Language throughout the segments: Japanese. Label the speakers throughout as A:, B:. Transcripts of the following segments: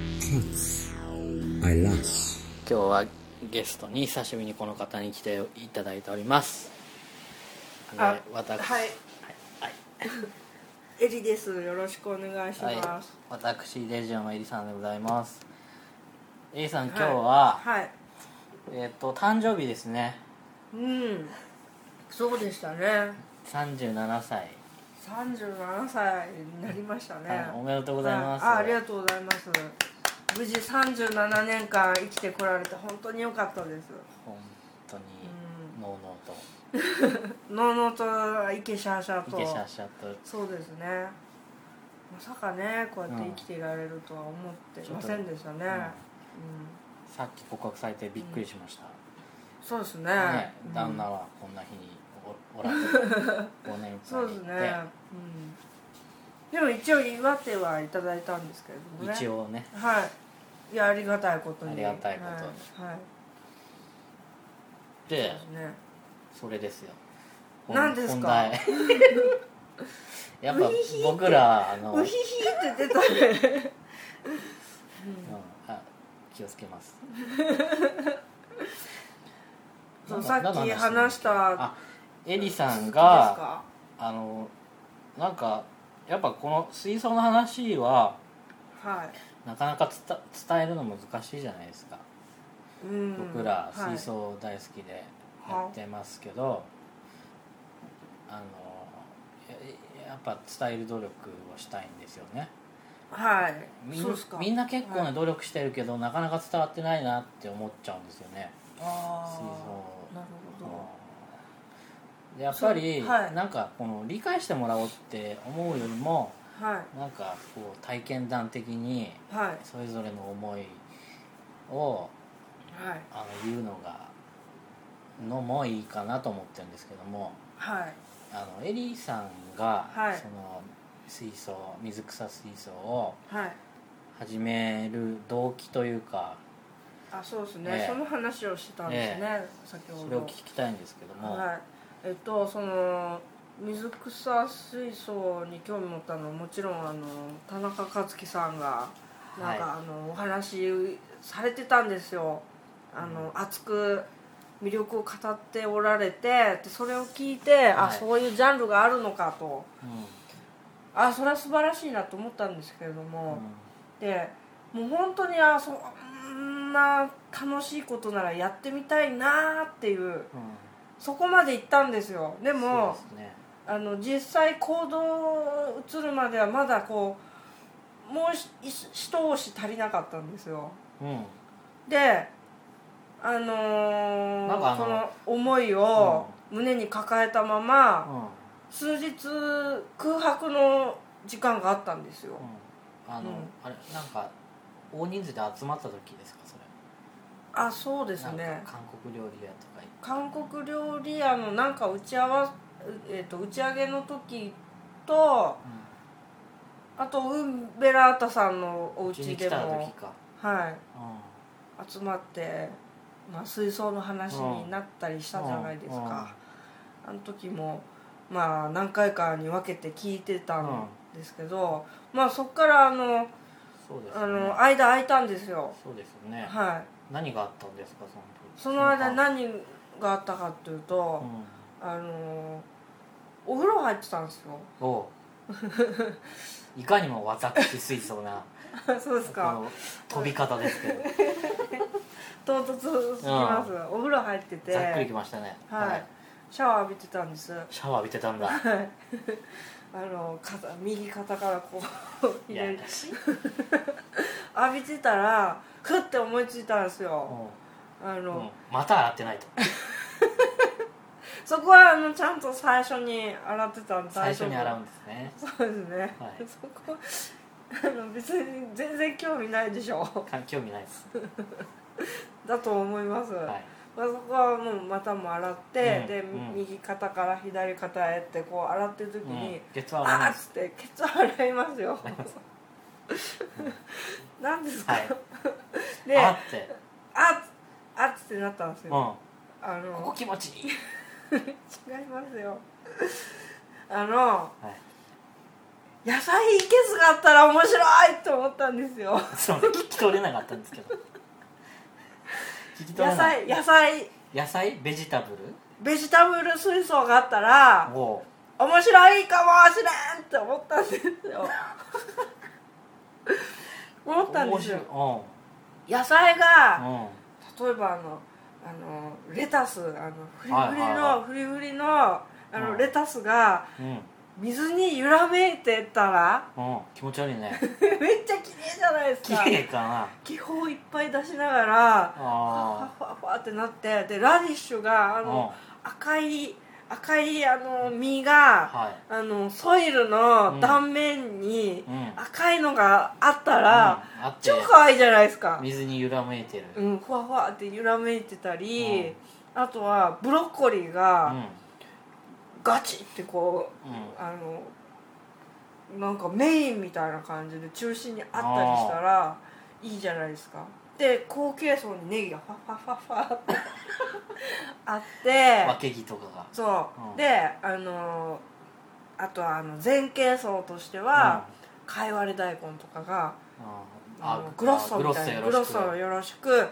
A: months. I last.
B: 今日はゲストに久しぶりにこの方に来ていただいております
C: あ
B: で私
C: はい
B: はい
C: エリです。よろしくお願いし
B: はい
C: ます。
B: 私レジオのエリさんでございますエリさん今
C: はい
B: 日は、
C: はい。
B: えっと誕生日ですね
C: うん。そうでしたね。
B: 37歳、
C: 三十七歳になりましたね。
B: はいおめでとうございます、
C: はいあ、ありがとうございます。無事三十七年間生きてこられて本当に良かったです。
B: 本当に
C: うん
B: のうの
C: のうのうとイケシャーシャー
B: うと
C: と。
B: いけしゃしゃと
C: そうですね。まさかね、こうやって生きていられるとは思ってませんでしたね。うん。
B: さっき告白されてびっくりしました、
C: そうですね。
B: ね
C: うん
B: 旦那はこんな日におおら ず忘年
C: そう
B: 会
C: です
B: に
C: ね、
B: 行
C: うん、でも一応祝ってはいただいたんですけれどもね
B: って一応ね
C: はいいやありがたいことに
B: ありがたいことに
C: はい、はい
B: で
C: そうですね
B: それですよほん
C: 何です
B: 本
C: か
B: 題 やっぱ僕らあの、う
C: うひ
B: ん
C: ひって出たね
B: あ気をつけます
C: そうさ
B: なんか
C: っき
B: なんか
C: 話した
B: あエリさ
C: 続き
B: ん
C: です
B: が
C: か
B: あのなんかやっぱこの水槽の話は
C: は
B: なかなか伝伝えるの難しいじゃないですか、
C: い、うん、
B: 僕ら
C: はい
B: 水槽大好きでやってますけど、あのややっぱ伝える努力をしたいんですよね
C: はい、
B: みん
C: そうっすか
B: みんな結構
C: は
B: ね
C: い
B: 努力してるけど、なかなか伝わってないなって思っちゃうんですよね水槽
C: あーなるほど
B: でやっぱり、
C: そうはい
B: なんかこの理解してもらおうって思うよりも
C: は
B: なんかこう体験談的に
C: いはい
B: それぞれの思いを
C: はい
B: あの言うのがのもいいかなと思ってるんですけども
C: はい
B: あのエリーさんが、
C: はい
B: その水槽水草水槽を
C: はい
B: 始める動機というか
C: あそうですね、
B: ええ
C: その話をしてたんですね、先ほど
B: それを聞きたいんですけども、
C: はい、えっとその水草水槽に興味持ったのはもちろんあの田中克樹さんがなんか、
B: は
C: あのお話されてたんですよあの、熱く魅力を語っておられてでそれを聞いて、あ
B: はい
C: そういうジャンルがあるのかと
B: うん
C: あそれは素晴らしいなと思ったんですけれども、でもう本当にあそんな楽しいことならやってみたいなっていう
B: うん
C: そこまで行ったんですよでも
B: そうですね
C: あの実際行動移るまではまだこうもうひ一一押し足りなかったんですよ
B: う
C: であのー
B: なんかあの
C: その思いを胸に抱えたまま、
B: んうん
C: 数日空白の時間があったんですよ、
B: あの、
C: うん
B: あれなんか大人数で集まった時ですかそれ
C: あそうです
B: なん
C: ね
B: か韓国料理屋とか行って
C: 韓国料理屋のなんか打ち合わせ、えー、と打ち上げの時とあとウンベラータさんのお
B: うち
C: 家
B: に
C: で
B: 来た時
C: も
B: か、
C: はい
B: うん
C: 集まって、まあ、水槽の話になったりしたじゃないですか、あの時もまあ何回かに分けて聞いてたんですけど、まあそっからあの
B: そうですね
C: あの間空いたんですよ
B: そうですよね、
C: はい
B: 何があったんですかその時
C: その間
B: な
C: 何があったかっていうと、あのお風呂入ってたんですよ
B: うん、おういかにも私水槽な
C: そうです
B: こ
C: か
B: の飛び方ですけど
C: 唐突すぎます、お風呂入ってて
B: ざっくりきましたね
C: はい、シャワー浴びてたんです
B: シャワー浴びて たんだ
C: あの肩右肩からこう
B: い
C: 入
B: や
C: れて浴びてたらふって思いついたんですよ、
B: も
C: あ
B: う
C: の、
B: もうまた洗ってないと
C: そこはあのちゃんと最初に洗ってたんで
B: 最初に洗う
C: うん
B: ですね
C: そうですね、
B: はい
C: そこあの別に全然興味ないで しょ
B: か興味ないです、
C: だと思います、
B: はい、
C: まあ、そこはもう股も洗って、
B: うん
C: で、
B: うん
C: 右肩から左肩へってこう洗ってる時に、
B: うん、月は洗わな
C: あ
B: い
C: ー
B: で
C: っつ
B: す
C: ってケツ洗いますよ なんですか、
B: はい
C: で
B: あっ
C: あ
B: て、
C: ああっつってなったんです
B: うん、
C: よ、
B: こ
C: あの
B: こ気持ちいい、
C: 違いますよ あの
B: はい、
C: 野菜いけすがあったら面白いと思ったんですよ
B: そう聞き取れなかったんですけ ど聞き取
C: 野
B: れない
C: 菜野菜
B: 野菜ベジタブル
C: ベジタブル水槽があったら
B: を
C: 面白いかもしれんって思ったんですよ 思ったんですよ
B: 面
C: 野菜が
B: 白いうんうん
C: 例えばあのあのレタスあのフリフリの、
B: はいはいは
C: フリフリのあ
B: う
C: の
B: ん
C: レタスが
B: うん
C: 水に揺らめいてたら
B: うん気持ち悪いね
C: めっちゃ綺麗じゃないです
B: 綺
C: か
B: 麗かな
C: 気泡いっぱい出しながらファ
B: あ
C: ファファってなってでラディッシュがあ
B: あうん
C: の赤い赤いあの実が
B: は
C: あのソイル
B: う
C: の
B: ん
C: 断面に
B: いうん
C: 赤いのがあったら
B: うんあって
C: 超可愛いじゃないですか
B: 水に揺らめいてる
C: う
B: うん
C: んふわふわって揺らめいてたりあとはブロッコリーがガチってこう
B: うん
C: あのなんかメインみたいな感じで中心にあったりしたらいいじゃないですかで後継層にネギがファファファファってあって
B: 分け木とかが
C: そう、
B: うん
C: であのーあとはあの前傾層としては、かいわれ大根とかが
B: うんうん
C: あのグロッソみたいな
B: グ
C: グ
B: ロ
C: ロ
B: ッ
C: ッ
B: ソ
C: ソ
B: よろし
C: よろしく
B: く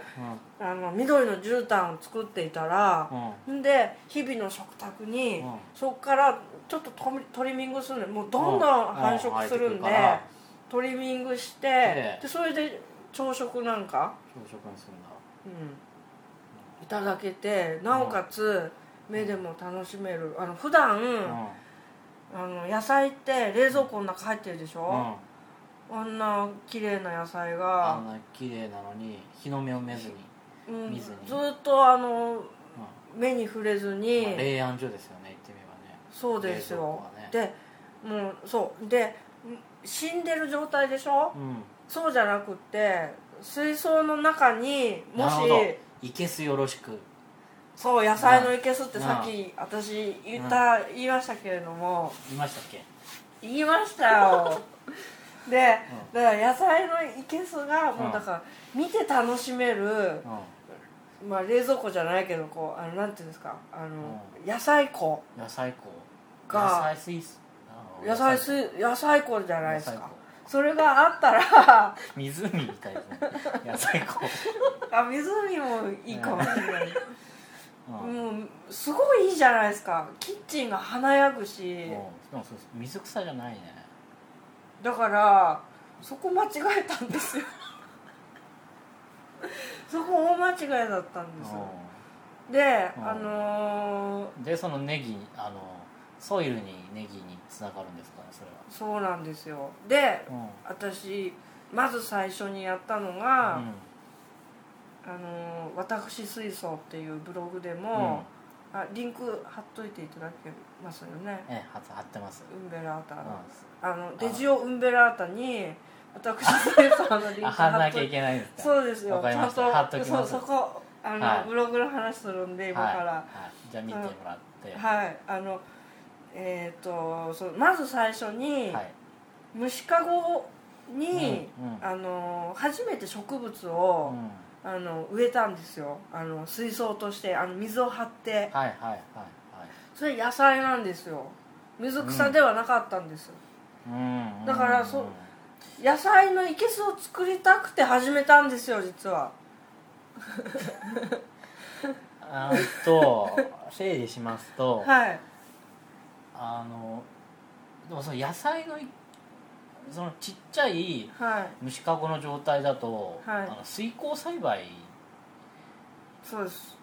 B: うん
C: あの緑の絨毯を作っていたら、ん、で日々の食卓に、
B: うん
C: そこからちょっとトミトリミングするんでもうどんどん繁殖するんで、
B: うんうん生えてくから
C: トリミングして、
B: ええ
C: でそれで朝食なんか、
B: 朝食にするんだ
C: うん、いただけてなおかつ、目でも楽しめるあの普段、あの野菜って冷蔵庫の中入ってるでし
B: うんうん
C: ょ、あんな綺麗な野菜
B: あ
C: が
B: ん、な綺麗なのに日の目を見ずに
C: うん、
B: 見
C: ず
B: ずに
C: っとあの
B: うん
C: 目に触れずに、
B: まあ冷暗所ですよね言ってみればね
C: そうですよ、
B: 冷蔵
C: でもうそうで死んでる状態でしょ
B: 庫はね
C: そうじゃなくって水槽の中に
B: うん
C: もし
B: なるほどいけすよろしく
C: そう野菜のいけすってさっき私言った、言いましたけれども
B: 言いましたっけ
C: 言いました よで、だから野菜のいけすがもうだから見て楽しめる、
B: うん
C: まあ、冷蔵庫じゃないけどこうあのなんていうんですかあの、野菜庫
B: 野菜庫
C: が
B: 野菜水槽あ
C: 野菜す野菜庫じゃないです
B: 野菜
C: か
B: 庫
C: それがあったら
B: 湖みたいですね野菜庫
C: あ湖もいいかもしれな
B: うんう
C: い、
B: ん
C: もうすごいいいじゃないですかキッチンが華やぐし、
B: でもそうです水草じゃないね
C: だからそこ間違えたんですよ そこ大間違いだったんですよで、
B: うん
C: あのー
B: うんでそのネギあのソイルにネギにつながるんですかねそれは
C: そうなんですよで
B: うん
C: 私まず最初にやったのが、
B: うん
C: あのー私水槽っていうブログでも、あリンク貼っといていただけますよね
B: ええは貼ってます
C: ウンベラータの,、
B: う
C: あのレジオウンベラータに私水槽のリンク
B: んあ
C: 貼
B: 貼
C: っ
B: らなき
C: と
B: ゃ
C: い
B: い
C: て
B: けないんですか
C: そうですよ
B: わかりました
C: ち
B: 貼
C: ゃん
B: っと
C: と
B: きます
C: そうそこあの、
B: はい
C: ブログの話するんで今
B: はい
C: から
B: はい、じゃあ見てもらって、は
C: はい、あのえっ、とそうまず最初に、
B: い
C: 虫かごに、
B: うんうん
C: あの初めて植物を、
B: うん
C: あの植えたんですよあの水槽としてあの水を張って
B: はいはいはいはい
C: それ野菜なんですよ水草ではなかったんです、
B: うんうん
C: だからそう野菜のいけすを作りたくて始めたんですよ実は
B: あーっと整理しますと、
C: はい
B: あのでもその野菜のいそのちっちゃい
C: はい
B: 虫かごの状態だと、
C: はい
B: あの水耕栽培
C: そうです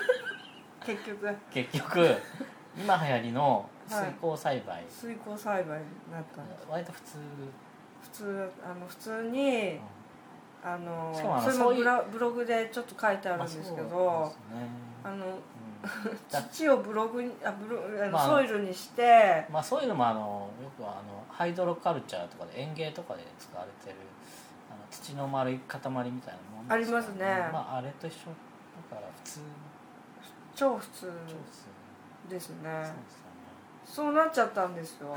C: 結局
B: 結局 今流行りの水耕栽培、
C: 水耕栽培になったんです
B: 割と普通、
C: 普通あの普通にあの
B: しかもあの
C: それ
B: そ
C: も
B: ういう
C: ブラブログでちょっと書いてある
B: ま
C: ん
B: あ
C: で
B: そう
C: すけ
B: ですね
C: どあの
B: うんだ
C: 土をブログにあブロあの
B: まあ
C: ソイルにして
B: まあ、そういうのもあのよくあのハイドロカルチャーとかで園芸とかで使われてるあの土の丸い塊みたいなもの
C: ありますね
B: まあ、あれと一緒だから普通
C: 超普通
B: 超普通、
C: ですね
B: そうですよ
C: そうなっちゃったんです よ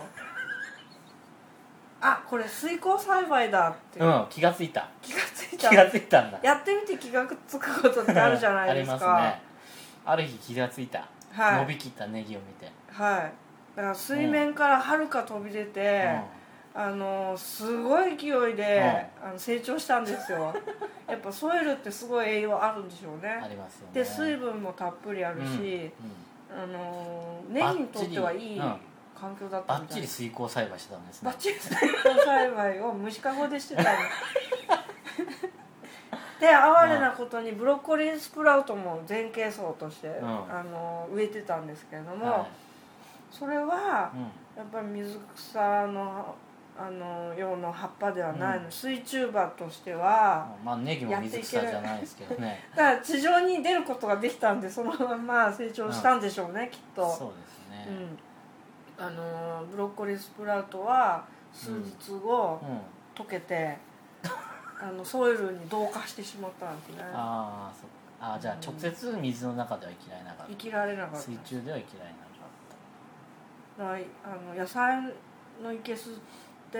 C: あこれ水耕栽培だって、
B: ねうん気がついた
C: 気がつ
B: 気
C: いた
B: がついたんだ
C: やってみて気がつくことってあるじゃないです
B: あ
C: か
B: りますねある日気がついた、
C: はい
B: 伸びきったネギを見て
C: はいだから水面からはるか飛び出て、あのすごい勢いで、あの成長したんで すよやっぱソイルってすごい栄養あるんでしょう
B: あ
C: ね
B: りますよね
C: で水分もたっぷりあるし、あのネギにとってはい
B: バッチ
C: い
B: リうん
C: 環境だった
B: バ
C: み
B: ッ
C: た
B: チ
C: い
B: リ
C: です
B: 水耕栽培してたんですね
C: バッチリ水耕栽培を虫かごでしてたので哀れなことにブロッコリースプラウトも前傾層として、
B: ん
C: あの植えてたんですけれども、
B: は
C: それは、
B: いうん
C: やっぱり水草のあの用の葉っぱではないの、
B: うん
C: 水中葉としては、
B: まあネギも水草じゃないですけどね
C: だから地上に出ることができたんでそのまま成長したんでしょうね、きっと
B: そうですね
C: うん、あのーブロッコリースプラウトは数日後、
B: うん
C: 溶けてあのソイルに同化してしまったんですね
B: ああそっかあーじゃあ直接水の中では生きられなかっ
C: 生きられなか
B: た
C: った
B: 水中では生きられなか
C: ないあの野菜のいけすって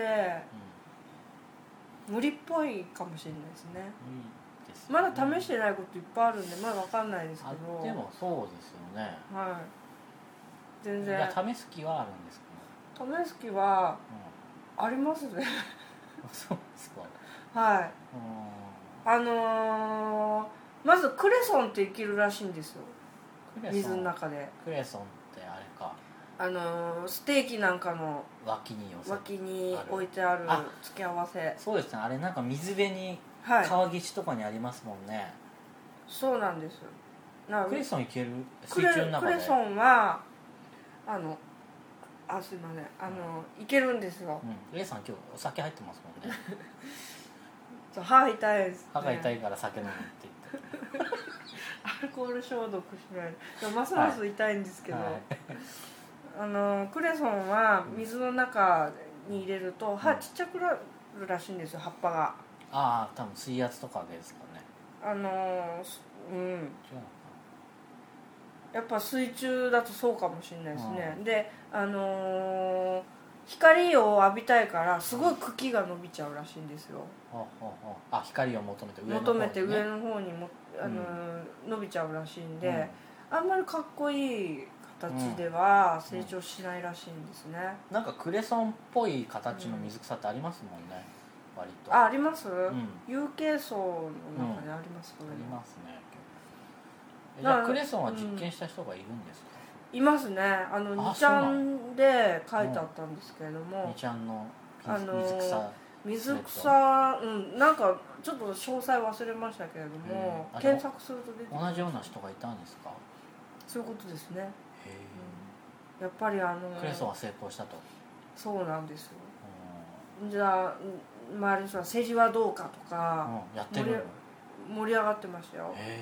B: った、
C: 無理っぽいかもしれないですね
B: うんいいですよ
C: ま
B: ね
C: だ試してないこといっぱいあるんでまだわかんないですけ
B: あ
C: ど
B: でもそうですよね
C: はい全
B: い
C: 然
B: や試す気はあるんですけ
C: 試す気は
B: ど、
C: ありますね
B: うん、 そうですか
C: はい
B: うん
C: あのーまずクレソンって生きるらしいんですよ
B: クレソン
C: 水の中で
B: クレソンってあれか
C: あのーステーキなんかの
B: 脇に寄せ
C: 脇に
B: ある
C: 置いてある
B: あ
C: 付け合わせ
B: そうですねあれなんか水辺に
C: はい
B: 川岸とかにありますもんね、
C: そうなんですな
B: クレソンいける
C: ク
B: 水
C: レ
B: 中の中
C: ク
B: で
C: レソンはあのあすいませんあのいけるんですよ
B: うん、クレソン今日お酒入ってますもんね
C: そう歯痛いです、ね、
B: 歯が痛いから酒飲むって言って
C: アルコール消毒しないとでもますます痛いんですけど、
B: はい
C: あのクレソンは水の中に入れると歯ちっちゃくなるらしいんですよ葉っぱが
B: ああ多分水圧とかですかね
C: あのーすうん
B: 違うのか
C: やっぱ水中だとそうかもしれないですね、であのー光を浴びたいからすごい茎が伸びちゃうらしいんですよ、
B: なほうほうほうあ光を求めて上の方
C: 求
B: に、ね、
C: めて上
B: の
C: の方にも、あのー伸びちゃうらしいんで、
B: うん
C: あんまりかっこいい形では成長しないらしいんですね、
B: なんかクレソンっぽい形の水草ってありますもんね、割と
C: あ
B: あ
C: あります、
B: ん
C: 有形層の中にあります、それ
B: り
C: も
B: ますねえじ
C: だから
B: ゃあクレソンは実験した人がいるんですか、
C: いますねあの
B: あ
C: 2ちゃんで書いてあったんですけれども、
B: みちゃんの水,、
C: あのー
B: 水草
C: 水草うんなんかちょっと詳細忘れましたけれども、
B: うんあ
C: 検索すると出てくる
B: 同じような人がいたんですか
C: そういうことですね
B: へ
C: やっぱりあ
B: え
C: の
B: クレソンは成功したと、
C: そうなんですよ
B: う
C: じゃあうん周りの人は政治はどうかと
B: ん
C: か
B: うんやってるのへ
C: 盛盛り上がってましたよ、う
B: え、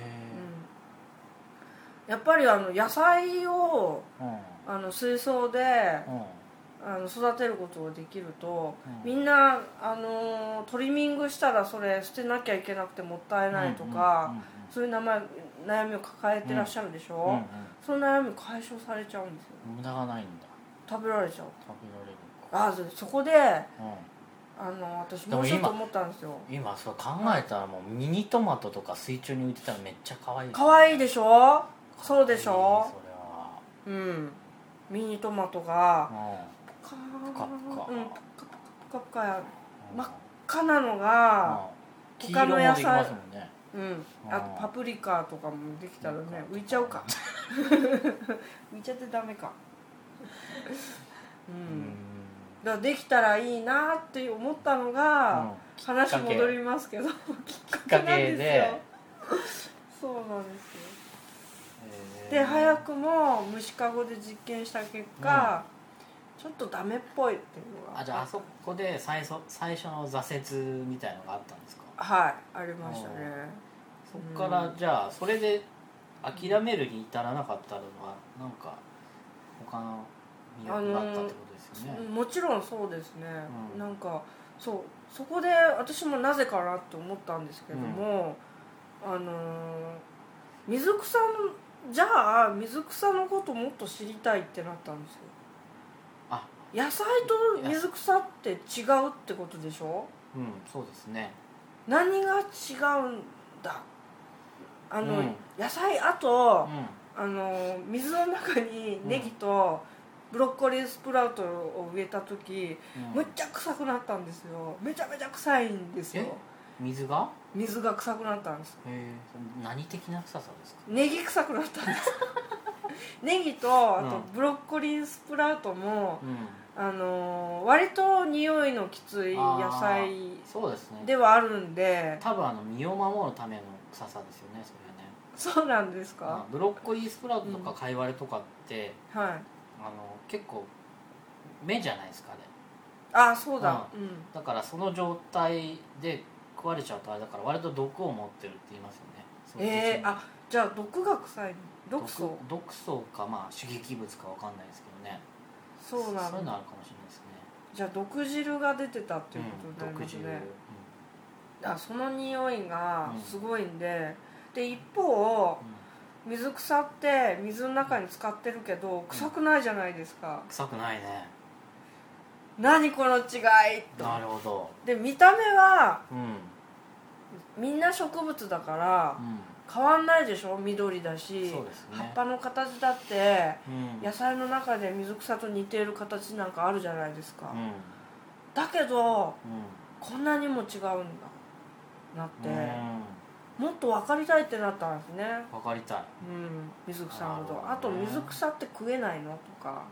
C: ん、やっぱりあの野菜を
B: うんうん
C: あの水槽であの育てることができると、
B: うん
C: みんなあのトリミングしたらそれ捨てなきゃいけなくてもったいないとか、
B: うんうん
C: そういう名前悩みを抱えてらっしゃるでしょ、
B: うんうん
C: その悩み解消されちゃうんですよ
B: うん無駄がないんだ
C: 食べられちゃう
B: 食べられるか、
C: あそこで
B: う
C: あの私
B: で
C: も
B: も
C: うちょっと
B: 今
C: 思ったんですよ
B: ん、今そう考えたらもうミニトマトとか水中に浮いてたらめっちゃ可愛いですね
C: 可愛いでしょそうでし
B: 可愛い
C: ょ
B: それは
C: うんミニトマトが
B: う
C: ぷか
B: ぷかぷか
C: うんぷかぷかぷかぷか
B: ん
C: 真っ赤なのが
B: うん
C: 他の野
B: 黄色もで
C: 菜
B: きますもんね
C: うん
B: うん
C: あとパプリカとかもできたらね浮いちゃうか 浮いちゃってダメかう
B: うんん
C: だからできたらいいなって思ったのが、話
B: きっかけ
C: 戻りますけどきっ
B: かけで
C: そうなんですよ
B: えー
C: で早くも虫かごで実験した結果、ちょっとダメっぽいっていうのが
B: あじゃああそこで最初最初の挫折みたいのがあったんですか
C: はいありましたね
B: そっからじゃあそれで諦めるに至らなかったのはなんか他の魅力があったってことですよね、
C: もちろんそうですね、
B: うん
C: なんかそうそこで私もなぜかなって思ったんですけども、あのー水草のじゃあ水草のこともっと知りたいってなったんですよ
B: あ
C: 野菜と水草って違うってことでしょ
B: うんそうですね
C: 何が違うんだあの、
B: うん
C: 野菜あ
B: う
C: と、
B: ん
C: あの水の中にネギとブロッコリースプラウトを植えた時
B: うん
C: むっちゃ臭くなったんですよめちゃめちゃ臭いんですよ
B: え水が
C: 水が臭くなったんです
B: へえ何的な臭さですか
C: ネギ臭くなったんです ネギとあ
B: う
C: と
B: ん
C: ブロッコリースプラウトも、
B: うん
C: あのー割と匂いのきつい野菜
B: そうですね
C: ではあるんで
B: 多分あの身を守るための臭さですよねそれはね
C: そうなんです
B: まあ
C: か、
B: ブロッコリースプラウトとかカイワレとかって、
C: はい
B: あの結構芽じゃないですかね
C: あそうだうん、
B: だからその状態で食われちゃうとあれだから割と毒を持ってるって言いますよねその時期に
C: えー、あじゃあ毒が臭いの毒素
B: 毒毒素かまあ刺激物かわかんないですけどね
C: そうな
B: そうい
C: の
B: うのあるかもしれないですね
C: じゃあ毒汁が出てたっていうことに
B: うん、
C: なりま
B: 毒
C: す
B: 汁、
C: ね、あその匂いが
B: うん
C: すごいんで、で一方
B: うんうん
C: 水草って水の中に使ってるけど臭くないじゃないですか、
B: 臭くないね
C: 何この違いと
B: なるほど
C: で見た目は
B: うんうん
C: みんな植物だから変わんないでしょ緑だし、
B: そうですね
C: 葉っぱの形だって
B: うん
C: 野菜の中で水草と似ている形なんかあるじゃないですか、
B: うん
C: だけど
B: うん
C: こんなにも違うんだなって、
B: う
C: もっと分かりたいってなったんですね
B: んわかりたい
C: うん水草のこ
B: なるほど
C: と
B: ね
C: あと水草って食えないのとか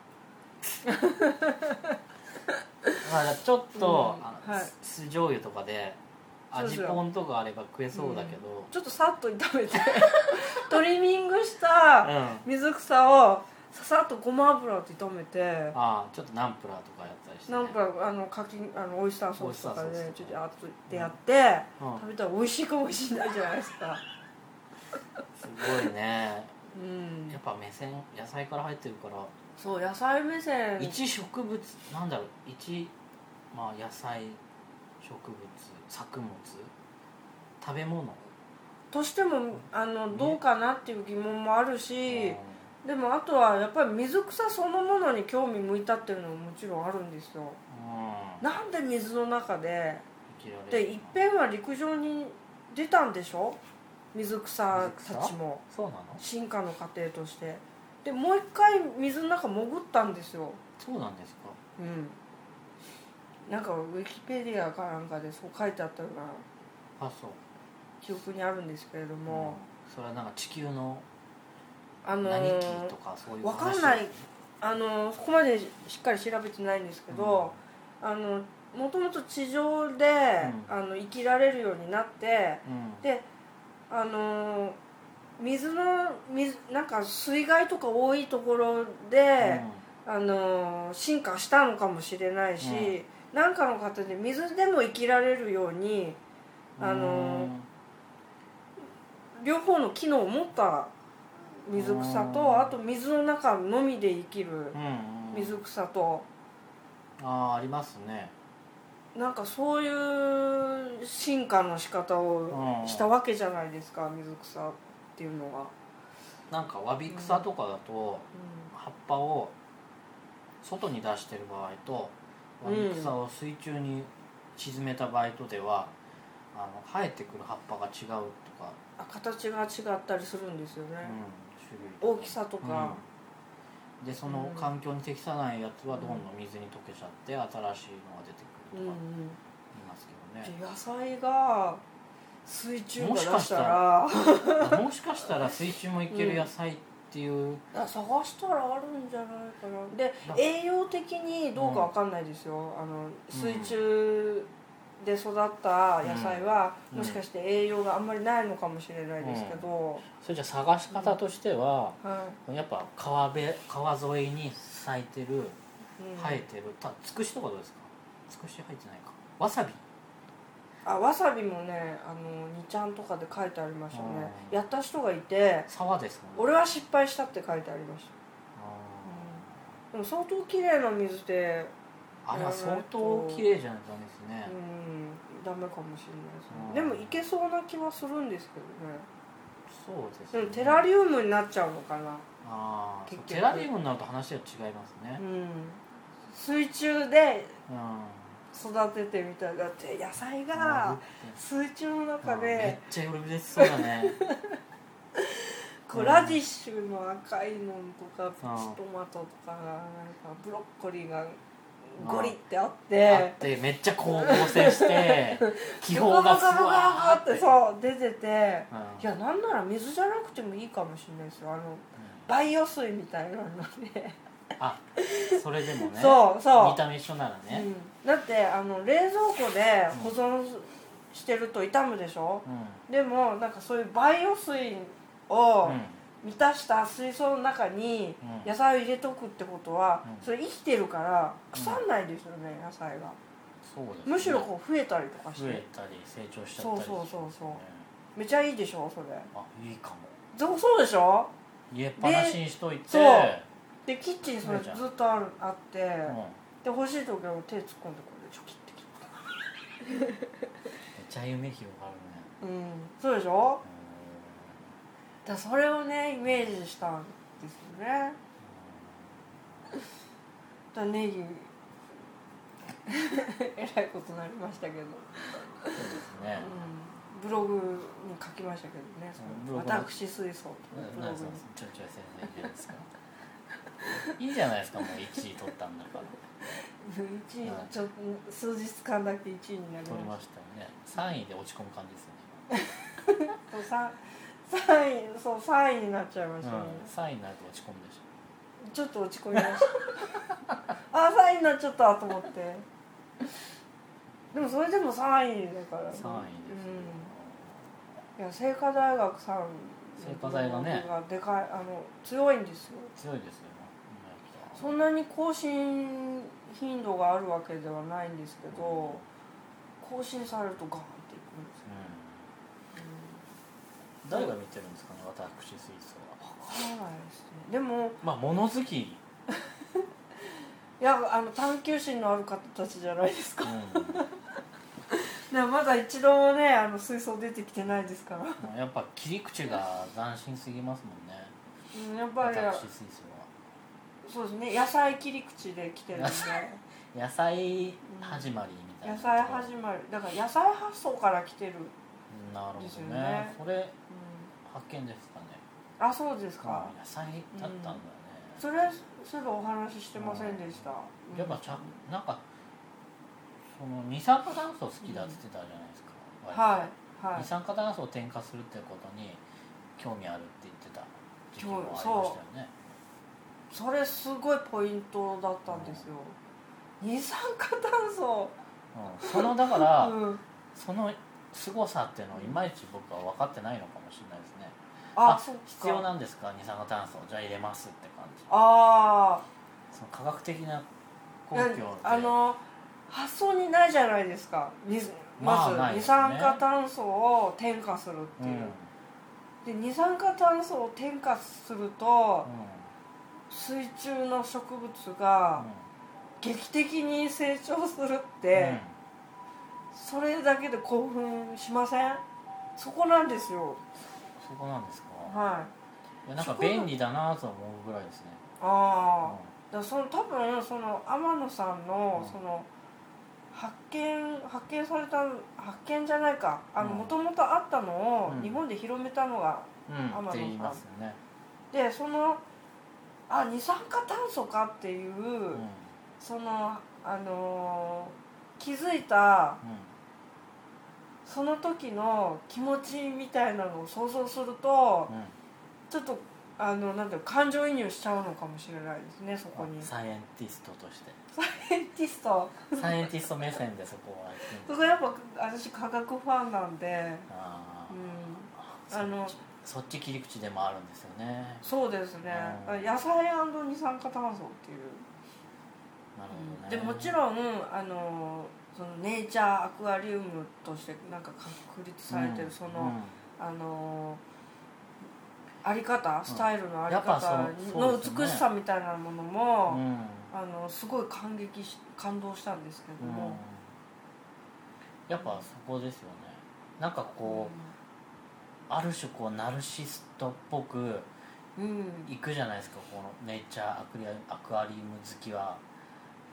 B: まあじゃあちょっと、
C: うん
B: あの
C: はい
B: 酢醤油とかで
C: そう
B: 味
C: そう
B: ぽんとかあれば食えそうだけど、
C: ちょっとさっと炒 めてトリミングし
B: うん
C: た
B: あ
C: 水草をささっとごま油と炒めて
B: あちょっとナンプラーとかやったりして、ね、
C: なんかあのかきあのオイスターソースとか
B: オイスターソー
C: ね
B: ス
C: ちょっとあっとってやって、
B: うん
C: 食べたら美味しいかもしれないじゃないですか
B: すごいね
C: うん
B: やっぱ目線野菜から入ってるから
C: そう野菜目線
B: 一植物なんだろう一まあ野菜植物作物食べ物
C: としてもあのどうかなっていう疑問もあるし、でもあとはやっぱり水草そのものに興味向いたっていうのももちろんあるんですよ
B: うん
C: なんで水の中で
B: 生きられ
C: で
B: る
C: いっぺんは陸上に出たんでしょ水草たちも
B: そうなの
C: 進化の過程としてでもう一回水の中潜ったんですよ
B: そうなんですか
C: うんなんかウィキペディアかなんかでそう書いてあったような
B: あそう
C: 記憶にあるんですけれど
B: うん
C: も、
B: それはなんか地球の
C: あのー
B: 何期とかそういう
C: わ
B: 話
C: かんないあのそこまでしっかり調べてないんですけど、あのもともと地上で、あの生きられるようになって
B: うん
C: であの水の水なんか水害とか多いところで、あの進化したのかもしれないし、なんかの方で水でも生きられるようにあの両方の機能を持った水草と、
B: うん
C: あと水の中のみで生きる
B: うんうん
C: 水草と
B: ああありますね
C: なんかそういう進化の仕方を
B: うん
C: したわけじゃないですか水草っていうのが、
B: なんかわび草とかだと葉っぱを外に出してる場合とわ
C: う
B: び
C: ん
B: 草を水中に沈めた場合とではあの生えてくる葉っぱが違うとか、
C: あ形が違ったりするんですよね
B: うん、種類
C: 大きさとか、
B: うんでその環境に適さないやつはどんどん水に溶けちゃって新しいのが出てく
C: う
B: る
C: ん
B: とか
C: うん
B: 言いますけどね
C: で野菜が水中
B: も
C: か
B: し
C: ら
B: か
C: し
B: したた
C: ら
B: もしかしたら水中もいける野菜っていう、
C: あ探したらあるんじゃないかなで栄養的にどうかわかんないですよ、あの水中で育った野菜は、
B: うん
C: もしかして栄養があんまりないのかもしれないですけど、
B: それじゃあ探し方としては、
C: はい
B: やっぱ川べ川沿いに咲いてる
C: うん
B: 生えてるたつくしとかどうですかつくし生えてないかわさび
C: あわさびもねあの2ちゃんとかで書いてありましたね
B: うん
C: やった人がいて
B: 沢ですもんね
C: 俺は失敗したって書いてありましたでも相当綺麗な水で
B: あーあれは相当綺麗じゃないとダメですね
C: う、んダメかもし
B: うん
C: れないですねでもいけそうな気はするんですけどね
B: そうです
C: で
B: ね
C: もテラリウムになっちゃうのかな
B: あー
C: 結局
B: テラリウムになると話は違いますね
C: う、ん水中で
B: うん
C: 育ててみたいだって野菜が
B: 潜って
C: 水中の
B: め
C: 中
B: っ
C: で
B: ちゃ喜びですそうだね
C: こ
B: う
C: うんラディッシュの赤いのとかプ
B: うん
C: チトマトとかなんかブロッコリーが
B: うん
C: ゴリってあっ
B: あ
C: て
B: ってめっちゃこう合成 して気泡
C: ボコボ
B: がふ
C: コボコボコ
B: わー
C: っ
B: って
C: てそう出て
B: う
C: て
B: ん
C: いやなんなら水じゃなくてもいいかもしれないですよあの培養水みたいなので、
B: あそれでもね
C: そうそう
B: 見た目一緒ならね
C: うん、だってあの冷蔵庫で保存してると傷むでしょ
B: う、ん
C: でもなんかそういう培養水
B: う
C: を
B: ん
C: 満たした水槽の中に
B: うん
C: 野菜を入れとくってことは、
B: うん
C: それ生きてるから
B: うん
C: 腐んないですよね、野菜が
B: そうですね
C: むしろこう増えたりとかし
B: 増え
C: て
B: たり成長しちゃったり
C: そうそうそうそう
B: ね
C: めちゃいいでしょそれ
B: あいいかも
C: そうそうでしょ
B: 入れっぱなしにしといて
C: そうでキッチンそれずっとあるあって、
B: うんめっ
C: で欲しい時は手突っ込んでこれでチョキって切って
B: ちゃ夢広がるね
C: うんそうでしょ
B: うん
C: だからそれをねイメージしたんですよねだからネギ えらいことになりましたけど、
B: そうですね
C: うん、ブログに書きましたけどねその
B: うんブログの
C: 私水槽というブロ
B: 何
C: グ
B: そ
C: に
B: のちょいちょい先生いるんですかいいじゃ ないですかもう1位取ったんだから
C: 1位
B: はい
C: ちょっと数日間だけ1位になり
B: 取り
C: ま
B: ま
C: し
B: したよね3位で落ち込む感じですよね
C: た三3位そう3位になっちゃいましたね、
B: 3位になると落ち込むでし
C: ちょっと落ち込みました あ3位になっちゃったと思ってでもそれでも3位だから
B: ょ3位ですよ、
C: うん、いや清華大学さん
B: 聖火台がね
C: がでかいあの強いんですよ
B: 強いですよ
C: そんなに更新頻度があるわけではないんですけど更新されるとガーンっていくんですよ
B: う
C: うん
B: ん誰が見てるんですかね私水槽は
C: わからないですねでも
B: まあ物好き、
C: いやあの探求心のある方たちじゃないです
B: う
C: か
B: ん
C: でもまだ一度もねあの水槽出てきてないですから
B: まあやっぱ切り口が斬新すぎますもんね
C: うんやっぱり
B: 私水槽は
C: そうですね野菜切り口で来てるんで
B: 野菜始まりみたいな、
C: 野菜始まりだから野菜発想から来てる、
B: なる
C: です
B: ほ
C: よ
B: どね
C: ね
B: それ
C: う
B: 発見ですかね
C: ん、あそうですか、
B: 野菜だったんだね、
C: それはそういえばお話ししてませんでした、うん
B: やっぱちゃなんかその二酸化炭素好きだって言ってたじゃないですか、割と
C: はいは
B: 二
C: い
B: 酸化炭素を添加するってことに興味あるって言ってた時期もありましたよね
C: それすごいポイントだったんですよ二酸化炭素、
B: うんそのだから、
C: うん、
B: その凄さっていうのをいまいち僕は分かってないのかもしれないですね
C: あそっか
B: 必要なんですか二酸化炭素じゃあ入れますって感じ
C: あ
B: その科学的な
C: あ
B: 根拠で
C: あの発想にないじゃないですかに
B: ま
C: ま
B: あ
C: ず、
B: ないで
C: 二
B: すね
C: 酸化炭素を添加するっ
B: う
C: て
B: ん、
C: いううんで二酸化炭素を添加すると水中の植物が劇的に成長するっ
B: うんう
C: て
B: ん
C: それだけで興奮しませんそこなんですよ
B: そこなんですか、
C: はい
B: いやなんか便利だなと思うぐらいですね、うん
C: ああだからその多分その天野さんの
B: うん
C: その発見発見された発見じゃないかあの
B: うん
C: もともとあったのを
B: うん
C: 日本で広めたのが
B: うん
C: 天野
B: っ
C: さん
B: て言いますよね、
C: でそのあ二酸化炭素かっていう、
B: うんうん
C: そのあのー気づいたその時の気持ちみたいなのを想像すると
B: うん
C: ちょっとあのなんていうの感情移入しちゃうのかもしれないですねそこに
B: サイエンティストとして
C: エンティスト
B: サイエンティスト目線でそこは行くんです
C: そこやっぱ私科学ファンなんで、
B: あ
C: うん、
B: ー
C: あの
B: そっち切り口でもあるんですよね
C: そうですね
B: うん
C: 野菜二酸化炭素っていう、
B: なるほどね
C: でもちろんあのそのネイチャーアクアリウムとしてなんか確立されてる、
B: うん
C: その、
B: うん
C: あのあり方スタイルのあり
B: やっぱそうそ
C: 方
B: う
C: の
B: ですよね
C: 美しさみたいなものも、
B: うん
C: あのすごい感激し感動したんですけど
B: うん
C: も、
B: やっぱそこですよねなんかこう、ある種こうナルシストっぽく
C: うん、うん
B: 行くじゃないですかこのネイチャーアクリアアクアリウム好きは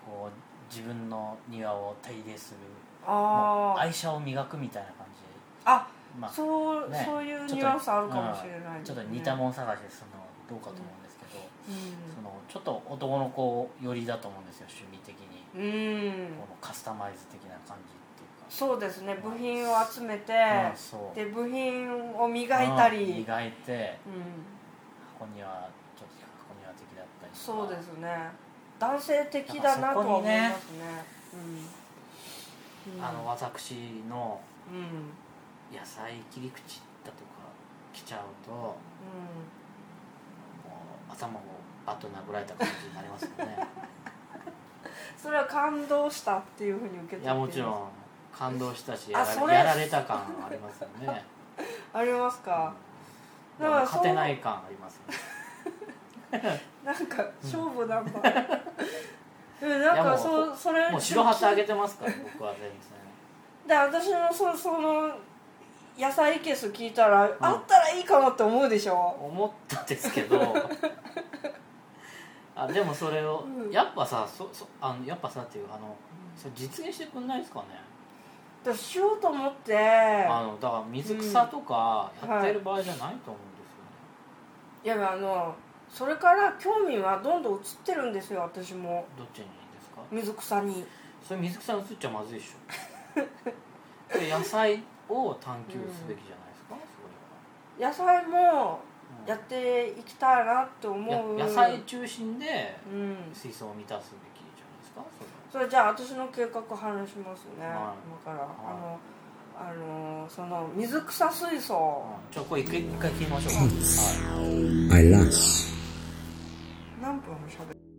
B: こう自分の庭を手入れする、まあ
C: あー
B: 愛車を磨くみたいな感じ
C: あ
B: まあ
C: そう、
B: ね
C: そういう
B: ちょっと
C: ニュアンスあるかもしれない、
B: ちょっと似たもん探しするのはどうかと思うんですけど、そのちょっと男の子寄りだと思うんですよ趣味的に、
C: うん、うん
B: このカスタマイズ的な感じっていうか
C: そうですね部品を集めて、
B: うんそう
C: で部品を磨いたり、
B: うん磨いて
C: うん
B: 箱にはちょっと箱には的だったりとか
C: そうですね男性的だなとは思いますね
B: なんか
C: うん、うん、
B: あの私の
C: うんうん
B: 野菜切り口だとか来ちゃうともう頭をバッと殴られた感じになり ますよね
C: それは感動したっていうふうに受け取って
B: い
C: い
B: やもちろ
C: ん
B: ん感動したし
C: あ
B: や
C: そ
B: ら
C: れ
B: やられた感ありますよね
C: ありますか、
B: うん
C: だからそう
B: 勝てない感ありますよね
C: なんか勝負なん だうんなん
B: いやも
C: か
B: う
C: そうそれ
B: もう白旗あげてますから僕は全
C: で私のそその野菜ケース聞いたら、あったらいいかもって思うでしょ
B: 然思ったんですけ どあでもそれを、
C: うん
B: やっぱさそそあのやっぱさっていうあのそれ実現してくんないですかね、
C: だしようと思って
B: あのだから水草とか
C: うん
B: やってる場合じゃないと思うんですよね、
C: いやあのそれから興味はどんどん移ってるんですよ私も
B: どっちにですか
C: 水草に
B: それ水草に移っちゃまずいでし ょで野菜を探求すべきじゃないですか、
C: 野菜も
B: それ
C: やっ
B: は、
C: ていきたいなって思
B: う
C: うん
B: や野菜中心で
C: うん
B: 水槽を満たすべきじゃないですかそれは
C: それじゃあ私の計画話しますね、
B: は
C: 今から、あのあのその水草水槽
B: ちょっとこれ一回一回切りましょうか、はい
A: I lost.
C: 何分も喋る